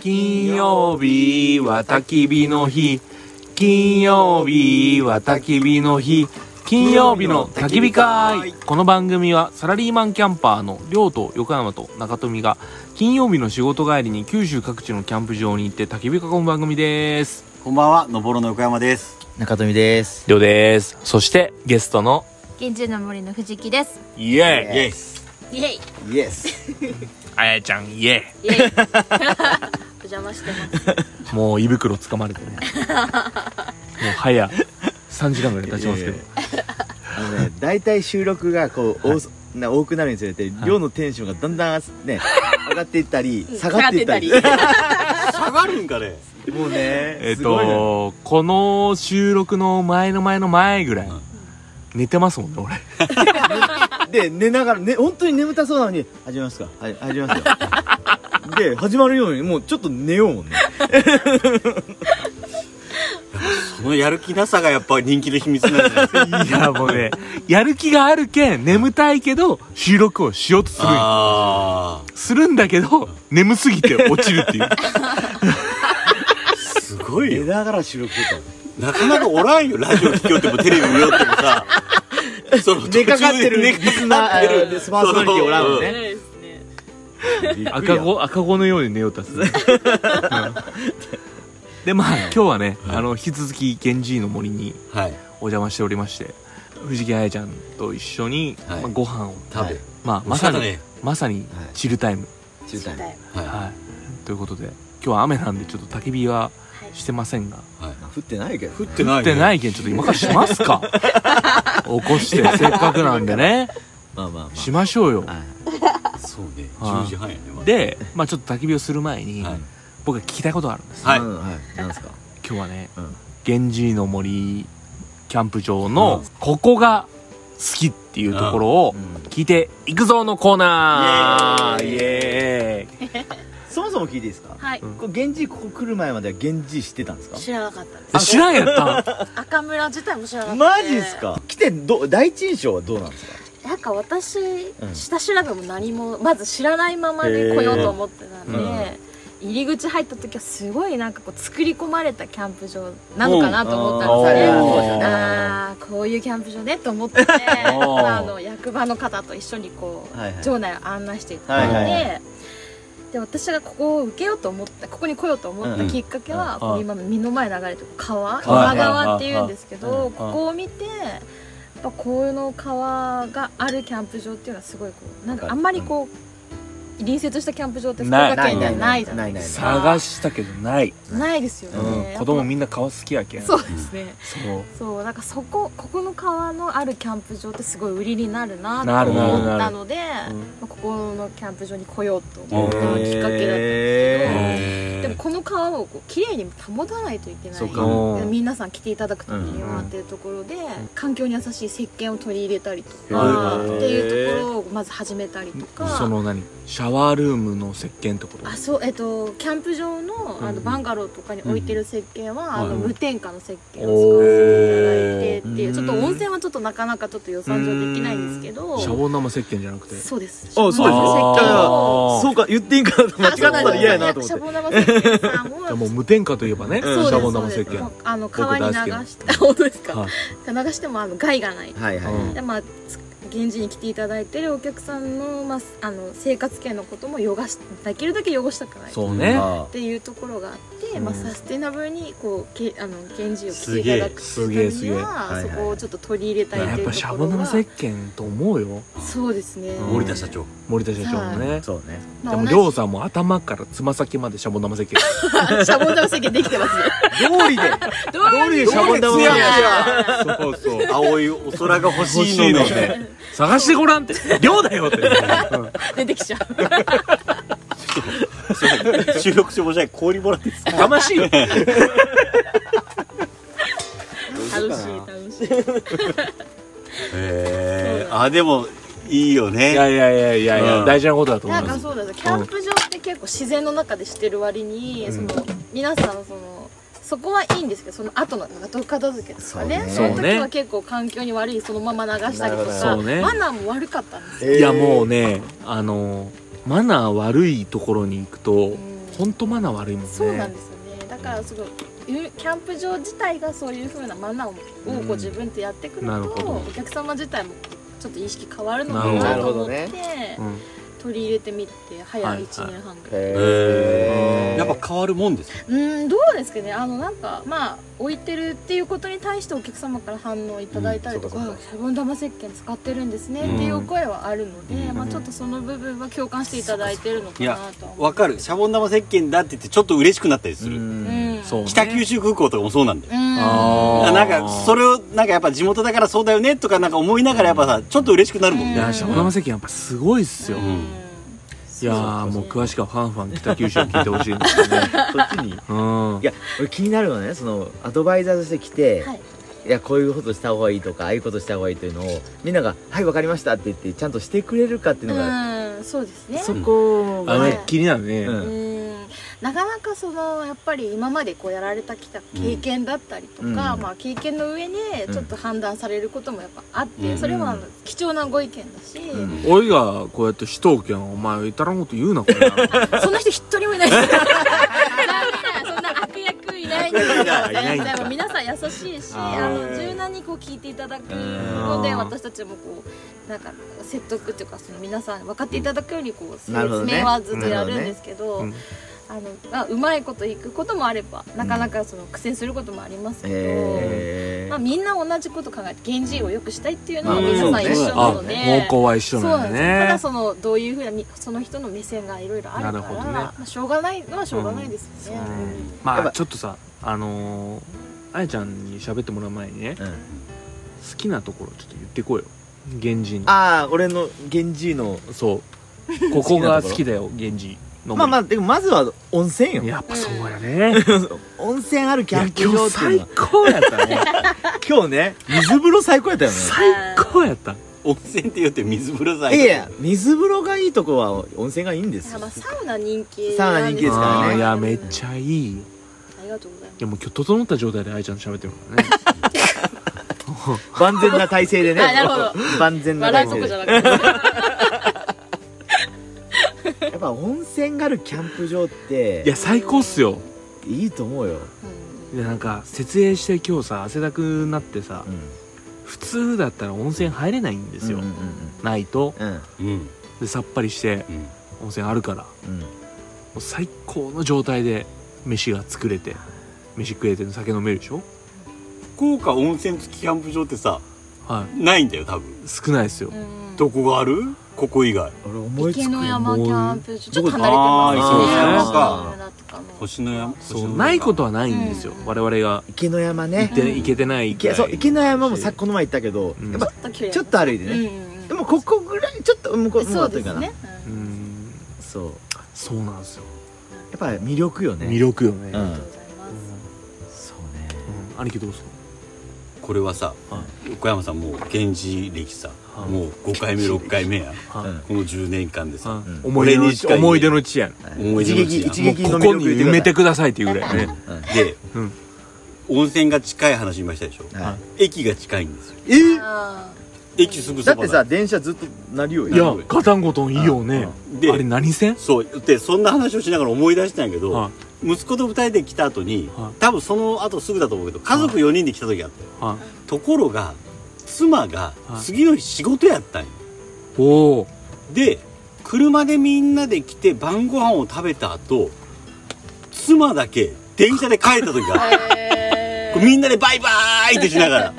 金曜日は焚き火の日金曜日は焚き火の日金曜日の焚き火会この番組はサラリーマンキャンパーの亮と横山と中富が金曜日の仕事帰りに九州各地のキャンプ場に行って焚き火囲む番組ですこんばんは、のぼろの横山です。中富です。亮ですそしてゲストの現住の森の藤木ですイエイエス。イエイイエス。あやちゃんイエイエイお邪魔してますイもう胃袋つかまれてね もう早3時間ぐらい経ちますけどいやいあのね、 大体収録がこう、多すな多くなるにつれて、い量のテンションがだんだんね、上がっていったり、うん下がっていったり。下 下がるんかね。もうね、えっすごいねと、この収録の前の前の前ぐらい、うん寝てますもんね、俺。で、寝ながら、ね、本当に眠たそうなのに、始めますかはい、始めますよ。で、始まるように、もうちょっと寝ようもんね。そのやる気なさがやっぱ人気の秘密なんですね。いや、もうね、 やる気があるけん、眠たいけど、収録をしようとするんよ。あするんだけど、眠すぎて落ちる っていう。あ、すごい寝よ。ながら収録するなかなかおらんよ。ラジオ聞きよってもテレビ見よってもさ。そのと。寝かかってる寝リかかスナー、えーパーソナリティおらんのね。赤子、赤子のように寝ようとする。うんで、まあ、今日はね、あの、引き続き、源氏の森にはい。お邪魔しておりまして、藤木彩ちゃんと一緒に、はいまあご飯を、食べ。まあ、ままささかに、ね。まさに、チルタイム。中退。ははい、ということで今日は雨なんでちょっと焚き火はしてませんがい。はい。降ってないけど。降って降ない。。ってないいけんちょっと今からしますか起こしてせっかくなんでねまあまあまあ。しましょうよはいそうね。はい10時半やね。まだ、で、まあ、ちょっと焚き火をする前に、はい。僕が聞きたいことがあるんですはいうんはい。なんですか今日はねうん。源氏の森キャンプ場のここが好きっていうところをうん聞いていくぞのコーナーイエーイエーイそもそも聞いていいですかはいうんこう源氏ここ来る前までは源氏してたんですか知らなかったであ知らんやったす赤村自体も知らなかったマジっすか来てど第一印象はどうなんですかなんか私、ん下調べも何もまず知らないままで来ようと思ってたんで、へ入り口入った時はすごいなんかこう作り込まれたキャンプ場なのかなと思ったんおでーすね、おーああこういうキャンプ場ねと思って、おーあの役場の方と一緒にこう、はいはい場内を案内していただいて、はいはいで私がここを受けようと思ったここに来ようと思ったきっかけは、うんこう今目の前に流れてる川川川ね川っていうんですけうんど、ここを見て。やっぱこの川があるキャンプ場っていうのはすごいこうなんわかかあるんまりこう、隣接したキャンプ場って福ない岡県ではないじゃないないないないないですか探したけどない、ないですよね、うん、子供みんな顔好きやけんそうですね、そうそうなんかそこここの川のあるキャンプ場ってすごい売りになるななとるなる思なるったのでうんまあここのキャンプ場に来ようと思ったのがきっかけだったんですけど、へーでもこの川をこう綺麗に保たないといけなそういかうん皆さん来ていただくために回ってるところで、環境に優しい石鹸を取り入れたりとかへっーていうところをまず始めたりとかその何シャワールームの石鹸ってことあそうえっとキャンプ場のあうのんバンガローとかに置いてる石鹸は、あのうん無添加の石鹸を使わせていただいてっていうおーちょっと温泉はちょっとなかなかちょっと予算上できないんですけどシャボン玉石鹸じゃなくてそうですあそうですシャボン玉石鹸をあーそうか言っていいんかなと間違っあてそうたなんらです嫌やなと思ってシャボン玉石鹸さんでをも無添加といえばね、シうんャボン玉石そうです鹸もうあの僕大好川きに流してあ本当ですか、はい流してもあの害がない、はいはいうんでまあつ現地に来ていただいてるお客さんの,、まあ、あの生活圏のことも汚しできるだけ汚したくないっそうねあていうところがあって、うんまあ、サステナブルにこうけあの現地をす来てげえいただくたすめげえすげにえははいはそいこをちょっと取り入れたいやっっていうぱとシこャボろン玉が石鹸と思うよそうですね、うん森田社長。森田社長もねーそうねまでもありょうさんも頭からつま先までシャボン玉石鹸同じシャボン玉石鹸できてますよ料理でどう料理でシャボン玉い石や鹸いやそうそう青いお空が欲欲しいしいののね。ね探してごらんってりょうだよって、うん出てきちゃう収録中申し訳ない氷もらっていいですかやかましいよ楽しい楽しいへえあでもいいよいねやいやいやいやいや、うん大事なことだと思ないんまかすそうだキャンプ場って結構自然の中でしてる割に、その皆さんそのそこはいいんですけどその後の後片付けとかねそそうねの時は結構環境に悪いそのまま流したりとなるほか、どそうねマナーも悪かったんですよ、いやもうねねあのマナー悪いところに行くと、うん本当マナー悪いもんねそうなんですよねだからすごいゆキャンプ場自体がそういうふうなマナーをうんをこう自分でやってくるなるとほどお客様自体もちょっと意識変わるのかななるほと思どっねてうん取り入れてみて早1年半ぐらい、へーやっぱ変わるもんですかうんどうですかねあのなんかまあ置いてるっていうことに対してお客様から反応いただいたりとか,、うんそうかシャボン玉石鹸使ってるんですねっていうお声はあるので、うんまあ、ちょっとその部分は共感していただいてるのかなとは思うわかるシャボン玉石鹸だって言ってちょっと嬉しくなったりする、うんそうね北九州空港とかもそうなんだよ、うんあーなんかそれをなんかやっぱ地元だからそうだよねとかなんか思いながらやっぱさちょっと嬉しくなるもんいね、や下山関やっぱすごいっすよ、うんいやーもう詳しくはファンファン北九州に聞いてほしいんですよねそっちにいうんや俺気になるのはねそのアドバイザーとして来て、はいい、やこういうことした方がいいとかああいうことした方がいいというのをみんなが「はいわかりました」って言ってちゃんとしてくれるかっていうのが、うんそうですねそこあがのはねい気になるね、うんうんなかなかそのやっぱり今までこうやられたきた経験だったりとか、うんまあ、経験の上にうんちょっと判断されることもやっぱあって、うんそれはあの貴重なご意見だし、んおいがこうやって主導権お前至らんこと言うなこれなそんな人一人もいないです残念そんな悪役いないんですよいないいないんだでも皆さん優しいしああーの柔軟にこう聞いていただくのでうん私たちもこうなんか説得っていうかその皆さん分かっていただくようにこう説なるほどね明はずっとやるんですけどうんあのまあうまいこといくこともあればなかなかその苦戦することもありますけど。えまあ、ーみんな同じこと考えて現人を良くしたいっていうのはうん皆さん一緒なあので、方向は一緒なんだそうなんねですよただそのどういうふうなみその人の目線がいろいろあるからなるほどねまあ、しょうがないのはしょうがないですようね、んやっまあぱちょっとさあのーあやちゃんに喋ってもらう前にねうん好きなところちょっと言ってこうよ源氏のああ俺の源氏の そうここが好きだよ源氏のまあまあでもまずは温泉よやっぱそうやね 温泉あるキいやャ今ンプ場日ってい最うのは高やったね今日ね水風呂最高やったよね最高やった温泉って言って水風呂さいやいや水風呂がいいとこは温泉がいいんですよまあサウナ人気サウナ人気ですからねあーいやめっゃちゃいいいありがとうございますやもう今日整った状態であやちゃんと喋ってるからね万全な体勢でね あなるほど万全な笑体いそ勢こでじゃなくてやっぱ温泉があるキャンプ場っいやて最高っすよいいと思うよ、でなんか設営して今日さ汗だくなってさうん、普通だったら温泉入れないんですよ、うんうんないとうんうんうんでさっぱりしてうん温泉あるからもうんう最高の状態で飯が作れて飯食えて酒飲めるでしょ福岡温泉付きキャンプ場ってさはないんだよ多分い少ないですよ、うんどこがあるここ以外俺思いつ池くの山キャンプ場ちょっと離れてあますねーそうか山とかも星の山そうないことははないんですよ、うん我々が池の山行っねて、うん行けてない池そう池の山もさこの前行ったけど、うんやっぱちょっと距離ちょっと歩いてね、うんうんうんでもここぐらいちょっと向こう向こそううだでったかすなね、ううんんそうそうなんですよ、やっぱ魅力よね魅力よね、ううんありんがとうございます、そうねうん兄貴どうですかこれはさは横山さんもう源氏歴さはいもう5回目6回目やはいうんこの10年間でさはいうん思い出の俺に地近い思い出の地やね思い出一の撃地も一やう撃このこ魅に力埋言めっててくくださいっていうぐらいね、ださいでうん、温泉が近い話今したでしょうんはい駅が近いんですよえーあ駅すぐだそっばてさ電車ずっと鳴るよいやガタンゴトンいいよねであれ何線そうでそんな話をしながら思い出したんやけはど息子と二人で来た後にはい多分その後すぐだと思うけど家族4人で来た時あったよいはいところが妻がはい次の日仕事やったんよおおで車でみんなで来て晩ご飯を食べた後妻だけ電車で帰った時があっーたへこれみんなでバイバーイってしながら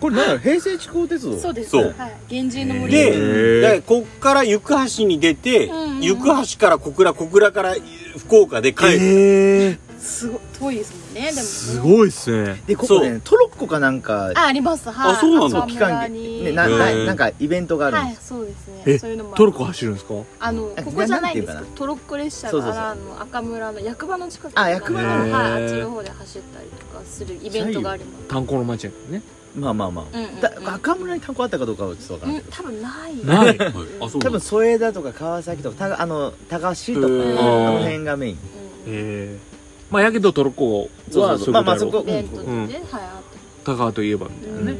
これなんだろう平成地高鉄道ーそうですそうはい、源氏の森で、へーだからこっから行橋に出て、うんうんうん行橋から小倉小倉から福岡で帰る、ええすごい遠いですもんねでもすごいっすねでここねトロッコかなんかあありますはいあそうなんだ赤期村間に限ねなへなーなんかイベントがあるんはでいすそうですねえそういうのもあるトルコ走るんですかあのあここじゃないんですなけなんどてトロッコ列車そうそうそうがあの赤村の役場の近くあ役場ののはいへーあっちの方で走ったりとかするイベントがあります炭鉱の町やけどねまあまあまうんうんうんあだ赤村に単語あったかどうかはちょっとわからうないんけど多分ないないうんはいあそう多なんだ分添枝とか川崎とかたあの高橋とかあうんの辺がメインええまあやけどトルコそうそはうそうそいううまこあまとあやそろこイベンうトんでうんねはいあって高川といえばみたいなうねんへ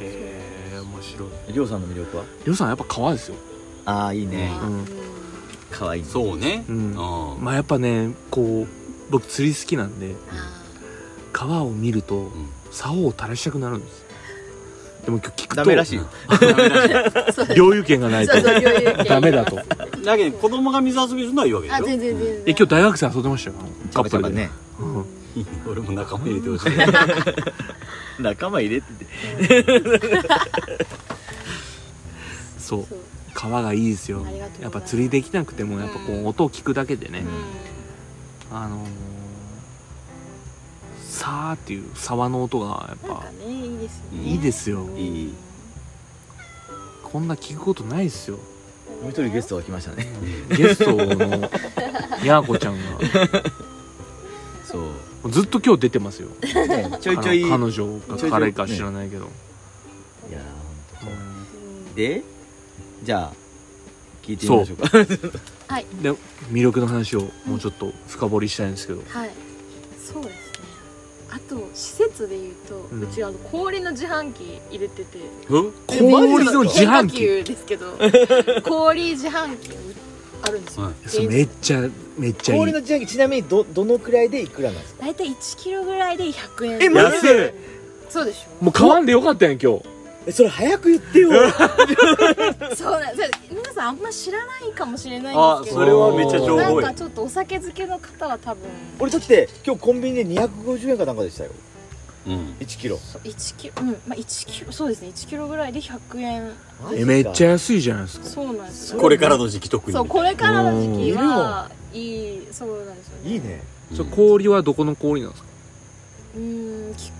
え面白いりょうさんの魅力はりょうさんやっぱ川ですよああいいねあーうんうん可愛いそうねううんん、まあやっぱねこう僕釣り好きなんであ川を見るとうん竿を垂らしたくなるんですでも今日聞くとダメらしいよーそう領有権がないとそうそう余裕権ダメだとだけど子供が水遊びするのはいいわけであし全然全然え今日大学生遊んでましたよカップちゃルかで、ねうんょ俺も仲間入れてほし い仲間入れててそうそう川がいいですよありがとうございますやっぱ釣りできなくてもやっぱこうう音を聞くだけでね、うあのー、さーっていう沢の音がやっんなんぱかねいいですよねいいですようんいいこんな聞くことないですよもう一人ゲストが来ましたねゲスト のヤーコちゃんがそうずっと今日出てますよねちょいちょいいや彼彼女か彼か知らないけど、ーほんうんとでじゃあ聞いてみましょうかはいうんで魅力の話をもうちょっと深掘りしたいんですけど、はいそうですねあと施設でいうと、うんちあの氷の自販機入れてて 氷の自販機変化球ですけど氷自販機あるんですよ、はいそれめっちゃめっちゃいい氷の自販機ちなみにどどのくらいでいくらなんですか大体1キロぐらいで100円えマジで安いそうでしょもう買わんでよかったやん今日えそれ早く言って よそうなんです皆さんあんま知らないかもしれないんあですけそどれはめっちゃ情なん報かやちょっとお酒漬けの方は多分俺だって今日コンビニで250円かなんかでしたようん1キロそう1キロうんまあ1キロそうですね1キロぐらいで100円えめっちゃゃ安いじゃないですかそうなんですよこれからの時期特にそうこれからの時期はいいそうなんですよねいいねうんそれ氷はどこの氷なんですかうーんき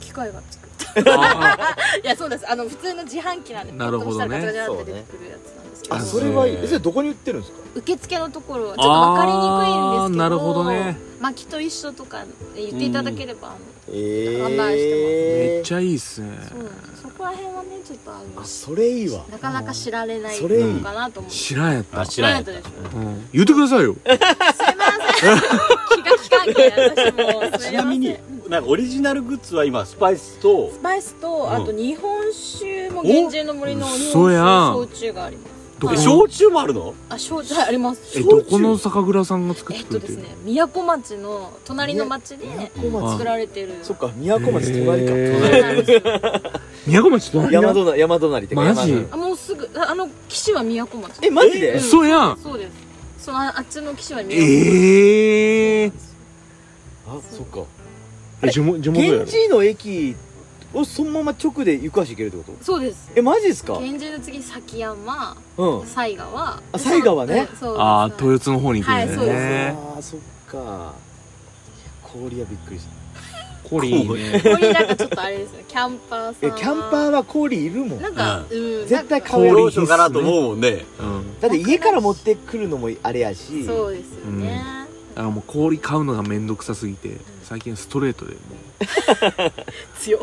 機械が作ったあ いやそうですあの普通の自販機なんでなるほどねポッと押したらガチャガチャって出てくるやつなんですけど、あそれはいいうんえそれどこに売ってるんですか受付のところはちょっと分かりにくいんですけどあーなるほどね薪と一緒とか言っていただければ、あのえ販売めっえちゃいいっすねそうなんですそこら辺はねちょっとあのあそれいいわなかなか知られないそれいいのかなと思って知らんやったあ知らんや知らないとでしょうん言ってくださいよすいません気が利かん け私もすいませんちなみになんかオリジナルグッズは今スパイスとスパイスとんあと日本酒も源氏の森の日嘘やん本酒焼酎がありますどこえ焼酎もあるのあ焼酎はいありますえどこの酒蔵さんが作ってえっくれとてでるすね宮古町の隣の町でう小ん松作られてるそっか宮古町隣かへそうなんですよ宮古町隣山だ隣山隣ってかマジ山あもうすぐああの岸は宮古町えマジでえ嘘やんそうですそのああっちの岸は宮古町ええあそっか地元地元やろ源氏の駅をそのまま直で行く足行けるってことそうですえマジですかうん源氏の次崎山あ犀川あ犀川ねうんそうああです豊津の方に行くんだはいそうですねーそっか氷はびっくりした氷いいねここになんかちょっとあれですねキャンパーさいんやキャンパーは氷いるもんだなんかうん絶対なん買うよどうしようかなと思うもんねうんって家から持ってくるのもあれやしそうですよねあもう氷買うのがめんどくさすぎて最近ストレートでもう強っ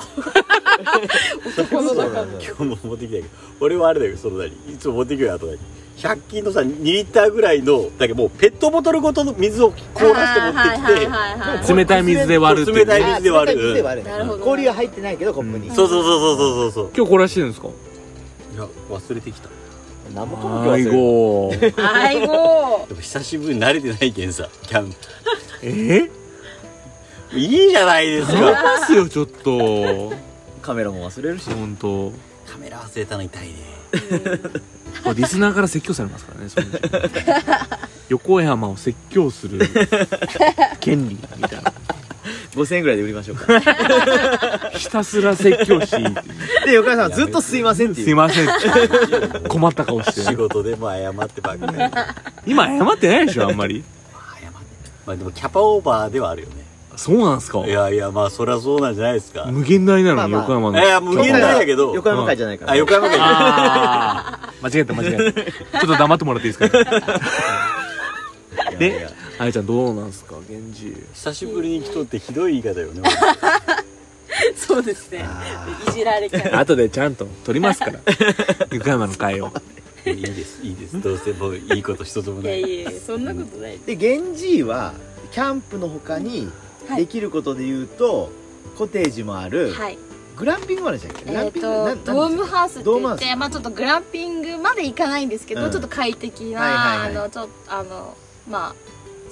男の中の今日も持ってきたけど俺はあれだよその何いつも持ってきよあと何100均のさ2リッターぐらいのだけどもうペットボトルごとの水を凍らせて持ってきて持冷たい水で割るっていう冷たいあ水で割冷たい水でる割なるほど氷は入ってないけどコップにうんそうそうそうそうそうそう今日凍らしてるんですかそういや忘れてきた何もかも今最日忘れ後はいごでも久しぶりに慣れてないけんさキャンえプいいじゃないです頼かますよちょっとカメラも忘れるし本当カメラ忘れたの痛いねこれリスナーから説教されますからねそのうち横山を説教する権利みたいな5000円ぐらいで売りましょうかひたすら説教していいっていうで横山さんはずっとすいませんってすいいうません困った顔し仕て事でも謝ってばっかり謝って今謝ってないでしょあんまりまあでもキャパオーバーではあるよねそうなんすかいやいやまあそりゃそうなんじゃないですか無限大なのにまあまあ横山いのや無限大やけど横山会じゃないからあ横山が あー間違えた間違えたちょっと黙ってもらっていいですかいやいでや あやちゃんどうなんすか源氏久しぶりに来とってひどい言い方よねそうですねいじられキャラ後でちゃんと取りますから 横山の会をいいですいいですどうせもういいこと一つもいなやいいやそんなことないで源氏はキャンプの他にはいできることで言うとコテージもあるはいグランピングまでしたっけグラえンっとピング、なんなんですかドームハウスってドーム言ハっウスて、まあ、ちょっとグランピングまで行かないんですけど、うんちょっと快適な、はいはいはいあのちょっとあのまあ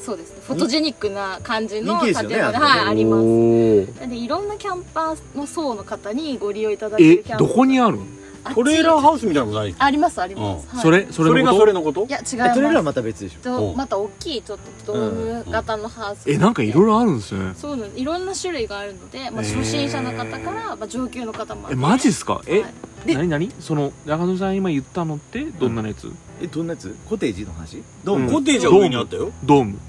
そうですねフォトジェニックな感じの人気建ですよ物ねで、あれはい、ありまおすーなんでいろんなキャンパーの層の方にご利用いただけえるキャンパどこにあるのあっちトレーラーハウスみたいなのないありますあります、はい、それそそれれのがこそとれのこといや違えいますトレーラーはまた別でしょとうんまた大きいちょっとドーム型のハウス、えなんかいろいろあるんですねそうなんですいろんな種類があるので、まあ、へー初心者の方から、まあ、上級の方までえマジっすかえ、はいでなになにその中野さん今言ったのってどんなやつ、えどんなやつコテージの話ドーム、うんコテージは上にあったよドーム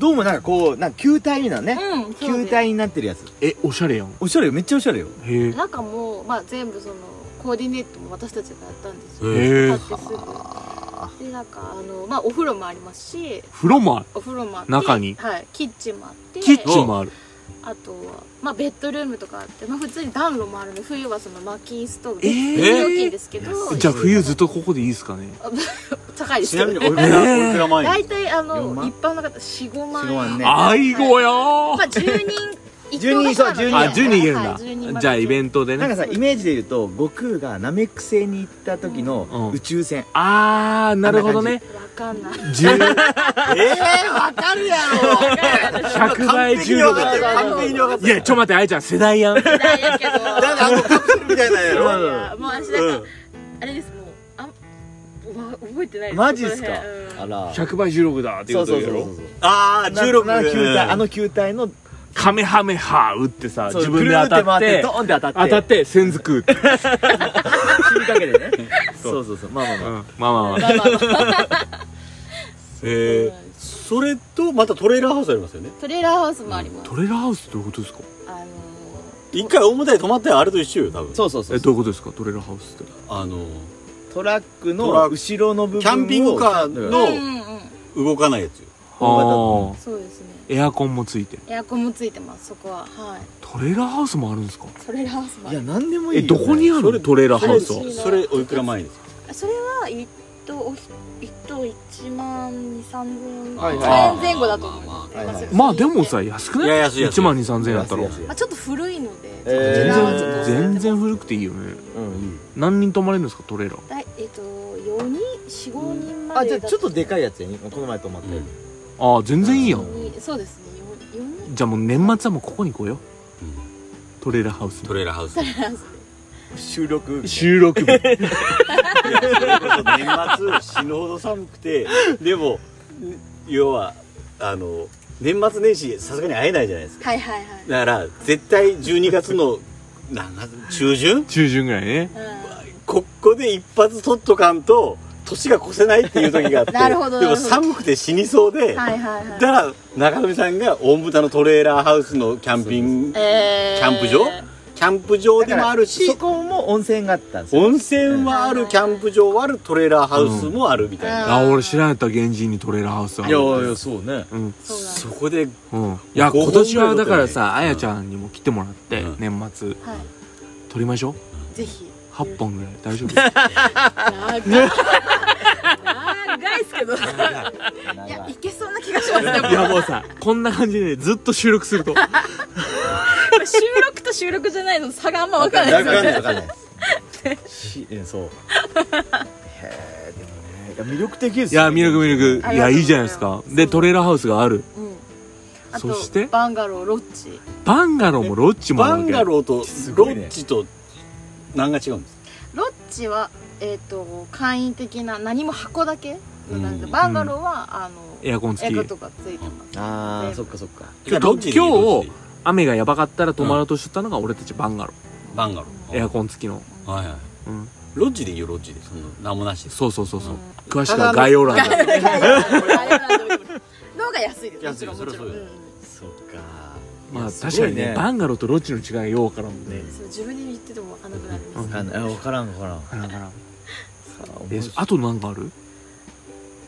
ドームなんかこうなんか球体みたいなね、うんそうで球す体になってるやつえおしゃれやんおしゃれよめっちゃおしゃれよへえ中も、まあ、全部そのコーディネートも私たちがやったんですよへえ買ってすぐでなんかあの、まあ、お風呂もありますし風呂もあるお風呂もあって中にはい、キッチンもあってキッチンもあるあとは、まあ、ベッドルームとかあって、まあ、普通に暖炉もあるので冬はその薪ストーブでえー非常にいいんですけど、じゃあ冬ずっとここでいいですかね 高いですちけどなみにねおいくら、えーおいくら前大体あの4万一般の方45万45万ね愛護やまあー10人10人そう10人あ10人いるんだ、じゃあイベンントでなんねかさイメージで言うと悟空がナメック星に行った時うんのうん宇宙船、あーなるほどねトわかんない10ええー、わかるや100倍10倍ろ完璧に分かってる完璧に分かっているやちょ待ってあいちゃん世代 やん世代やけどだってあのカプセルみたいなんやろいやもう私うなんんかあれですもうあわ覚えてないですマジっすかそこら辺うんあら100倍16だっていうそこうとやそうそうろそうああ16なな球体あのの球体のカメハメハ打ってさそう自分で当たっくてるーって回ってドーンって当たって当たって線ずくっ て死にかけてねそう そうそうそうまあまあまあ、まあまあまあまあまあまあえー、それとまたトレーラーハウスありますよねトレーラーハウスもありますトレーラーハウスどういうことですかあの一回大舞台止まったよあれと一緒よ多分そうそうそえうどういうことですかトレーラーハウスってあのトラックトラのック後ろの部分をキャンピングカーうんのうんうんうん動かないやつよああそうですねエアコンもついてエアコンもついてますそこははいトレーラーハウスもあるんですかトレーラーハウスもあいりやま何でもいいえよ、ね、どこにあそるれトレーラーハウスそはれそれおいくら前ですかすそれは一等おひ一等1万2 3千はい0はい円前後だと思いますまあまあまあはいはいまあでもさ安くないいや安い安い1万2 3千円やったら安い安いまあ、ちょっと古いので、え全ーこちらはちょ然っと全然古くていいよねうんいい何人泊まれるんですかトレーラーだいえっと4人45人まあでじだゃあちょっとでかいやつやねこの前泊まったやああ全然いいやんにそうですね4人じゃあもう年末はもうここに来ようトレーラーハウスにトレーラーハウスいやつ収録収録日それこそ年末死ぬほど寒くてでも要はあの年末年始さすがに会えないじゃないですか はいはいはいだから絶対12月の なんか中旬中旬ぐらいねうここで一発取っとかんと年が越せないっていう時があってなるほどでもなるほど寒くて死にそうで、んはいはいはいだから中富さんが大牟田のトレーラーハウスのキャンピングえーキャンプ場キャンプ場でもあるそしこも温泉があったんですよ温泉はあるキャンプ場はあるトレーラーハウスもあるみたいな、あ俺知らんやった源氏にトレーラーハウスあるそうねうんそうなんですそこでうんいや五本今年はだからぐらいさあだったよねやちゃんにも来てもらってうん年末は撮りましょういぜひ8本ぐらい大丈夫長い長いっ すけどいやいけそうな気がしますね いやもうさこんな感じでねずっと収録す るとこれ収録と収録じゃないの差があんま分かんないわかんですなよねいわかんないですしえそうへえでもねいや魅力的ですいやミルクミルクあいりやがとうございますいいじゃないですかでトレーラーハウスがあるうんあそとしてバンガローロッチバンガローもロッジもあバるわンけガローとすロごいねッジと何が違うんですかロッチは、えっと簡易的な何も箱だけのなんで、うんバンガローは、あのエアコン付エきコとかついてますああそっかそっか今日ロッジでいい今日ロッジでいい雨がやばかったら泊まろうとしてたのが俺たちバンガロバンガローエアコン付きのーはいはいうんロッジでいいよロッジでその何もなしですそうそうそうそううん詳しくは概要 欄ガにイドランドの方が安いですも安ちいろんもちろん、そりゃそううだそんっかまあすごい確かにねねバンガローとロッジの違いがようからもねそう自分で言ってても分かんなくなりうます、わんかんないあわからんわからんだからさあえ面白いあとなんかある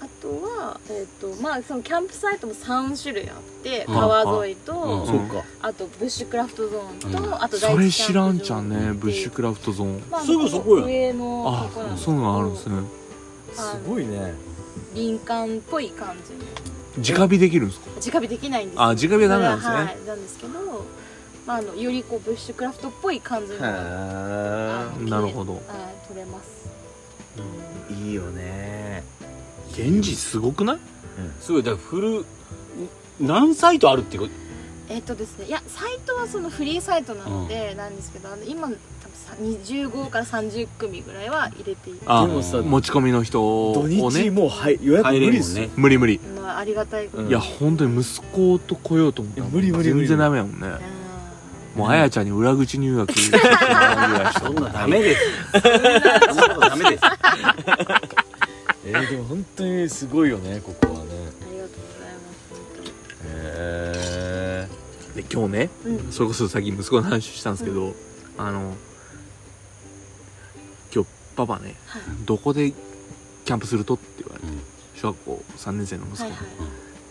あとは、えっとまあ、そのキャンプサイトも3種類あってうん川沿いうんとそっかあとブッシュクラフトゾーンと、うんあとそ第れ一知キャンプら場んじゃんねブッシュククラフトゾーンラすぐそこやん上のあとこなんですけそういどうのあるんですねあのすごいね林間っぽい感じの直火できるんですか直火できないんですよあ直火はダメなんですねはいなんですけどまあ、あのよりこうブッシュクラフトっぽい感じのあのへ綺麗なるほどはい取れますえいいよね現地すごくないすごいだからフル何サイトあるってことえっとですねいやサイトはそのフリーサイトなのでなんですけど、あの今多分さ25から30組ぐらいは入れているあでもさ持ち込みの人土を日ねもうはい予約無入れ理っるもんすねね無理無理のはありがたいことうんいや本当に息子と来ようと思ったらいや無理無理無理全然ダメやもんね もうあやちゃんに裏口入学してもらうぐらいしそたんなダメですそんなことダメです えーでも本当にすごいよねここはねありがとうございます本当にへえ で今日ねうんそれこそさっき息子の話したんですけど、あの今日パパね、はいどこでキャンプするとって言われて、うん小学校3年生の息子はいにはい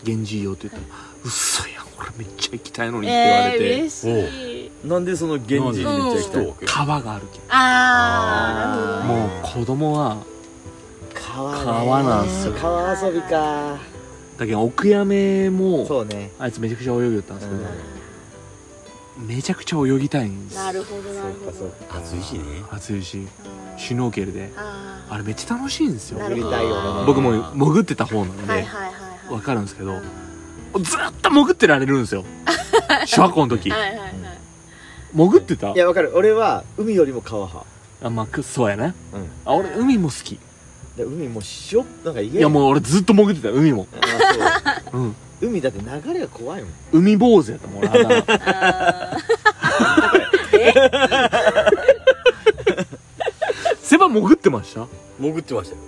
「源氏よ」って言ったら「うっそやん俺めっちゃ行きたいのに」って言われえー、て、嬉しいなんでその現地にめっちゃ行きたいの川があるけんああーあもう子供は川ね川なんすよ川遊びかだけど奥やめもそうねあいつめちゃくちゃ泳ぎよったんですけど、めちゃくちゃ泳ぎたいんですなるほどなるほそうどか暑いしね暑いしあーシュノーケルであーあれめっちゃ楽しいんですよな泳るぎほどたいよね僕も潜ってた方なので、はいはいはいはいわかるんですけど、うんずっと潜ってられるんです よ小学校の時はいはいはい潜ってたいやわかる俺は海よりも川派あまあくそうやなうんあ俺海も好きいで海もう塩なんかいやもう俺ずっと潜ってた海も、あうん、そう海だって流れが怖いもん海坊主やったもん俺あだ名あ セバ潜ってました潜って ましたよ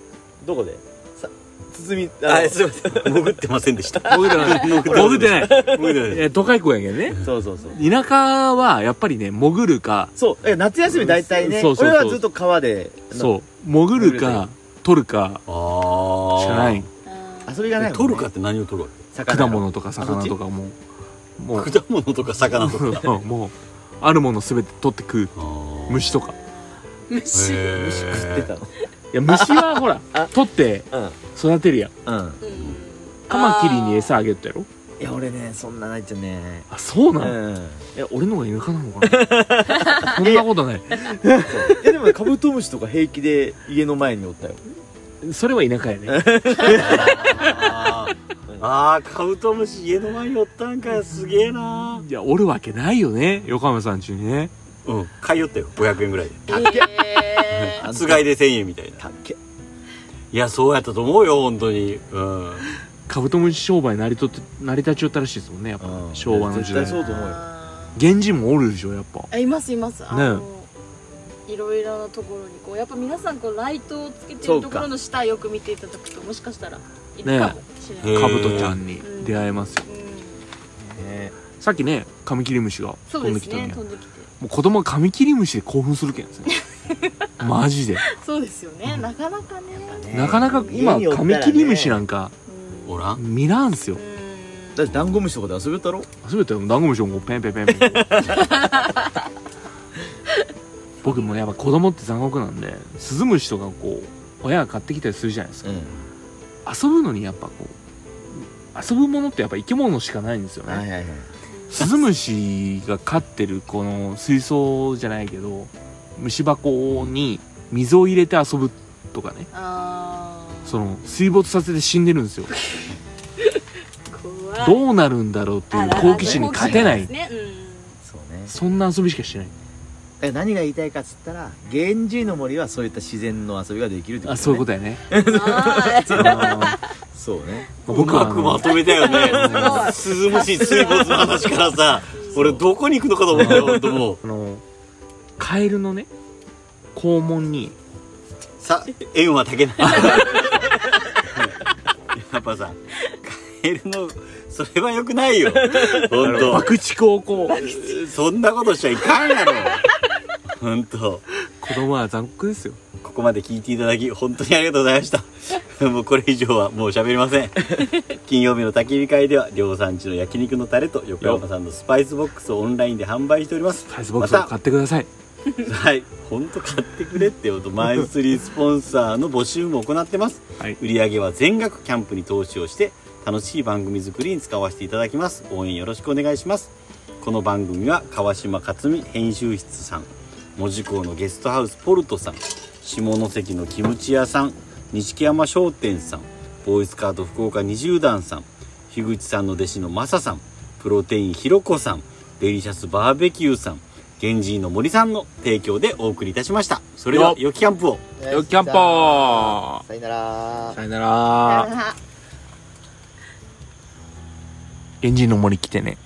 どこでさ堤はいすいません潜ってませんでした潜ってない潜ってない潜ってないえ都会校やけんねそうそうそう田舎はやっぱりね潜るかそうえ夏休み大体ねそうそう俺そうはずっと川でうそう潜る潜か取るかああしかないーあー遊びがないもんね取るかって何を取る魚果物とか魚魚とかもうもわうけ果物とか 魚とかうんもうあるもの全て取って食う虫とか虫へうー虫食ってたのいや虫はほら あ取って育てるやんうんうんんカマキリに餌あげたやろいや俺ねそんなないっちゃねあそううなの、んいや俺の方が田舎なのか なそんなことないいやでもカブトムシとか平気で家の前におったよそれは田舎やねあーあーカブトムシ家の前におったんかすげえないやおるわけないよね横浜さんちにねうん買いよったよ500円ぐらいでえーあんたつがいで1000円みたいなたっけいやそうやったと思うよ本当にうんカブトムシ商売成りとって成り立ちよったらしいですもんねやっぱうん 昭和の時代絶対そうと思うよ源氏もおるでしょやっぱあいますいますあの、いろいろなところにこうやっぱ皆さんこうライトをつけてそうるかところの下よく見ていただくともしかしたらいるかもしれない、へーカブトちゃんに出会えますようん、ねさっきねカミキリムシがそう飛んでですきたんねや飛もんできてう子供はカミキリムシで興奮するけん ですねマジでそうですよね、なかなかねなかなか今家におったカらミねキリムシなんかうんおらん見らんすようんだってダンゴムシとかで遊べたろ全てのダンゴムシをもうペンペンペンペ ン僕もやっぱ子供って残酷なんでスズムシとかこう親が買ってきたりするじゃないですか、ん遊ぶのにやっぱこう遊ぶものってやっぱ生き物しかないんですよね、はいはいはいスズムシが飼ってるこの水槽じゃないけど虫箱に水を入れて遊ぶとかねあーその水没させて死んでるんですよ怖いどうなるんだろうっていう好奇心に勝てなあららいねうんそうねそんな遊びしかしてないえ何が言いたいかっつったら源氏の森はそういった自然の遊びができるってこと、ね、あそういうことやね あーあそうねのうまくまとめたよねスズムシ水没の話からさ俺どこに行くのかと思ったよ本当もうあのカエルのね肛門にさ縁は竹ないやっぱさカエルのそれはよくないよ本当爆竹をこうそんなことしちゃいかんやろ本当子供は残酷ですよここまで聞いていただき本当にありがとうございましたもうこれ以上はもう喋りません金曜日の焚き火会では量産地の焼肉のタレと横山さんのスパイスボックスをオンラインで販売しておりますサイズボックスを買ってくださいはい、本当買ってくれってことマイスリースポンサーの募集も行ってます、はい売り上げは全額キャンプに投資をして楽しい番組作りに使わせていただきます応援よろしくお願いしますこの番組は川島克美編集室さん門司港のゲストハウスポルトさん下関のキムチ屋さん錦山商店さんボーイスカート福岡二十段さん樋口さんの弟子のマサさんプロテインひろこさんデリシャスバーベキューさん源氏の森さんの提供でお送りいたしましたそれではよっよきキャンプをよっキャンパーさよならさよならあエンジンの森来てね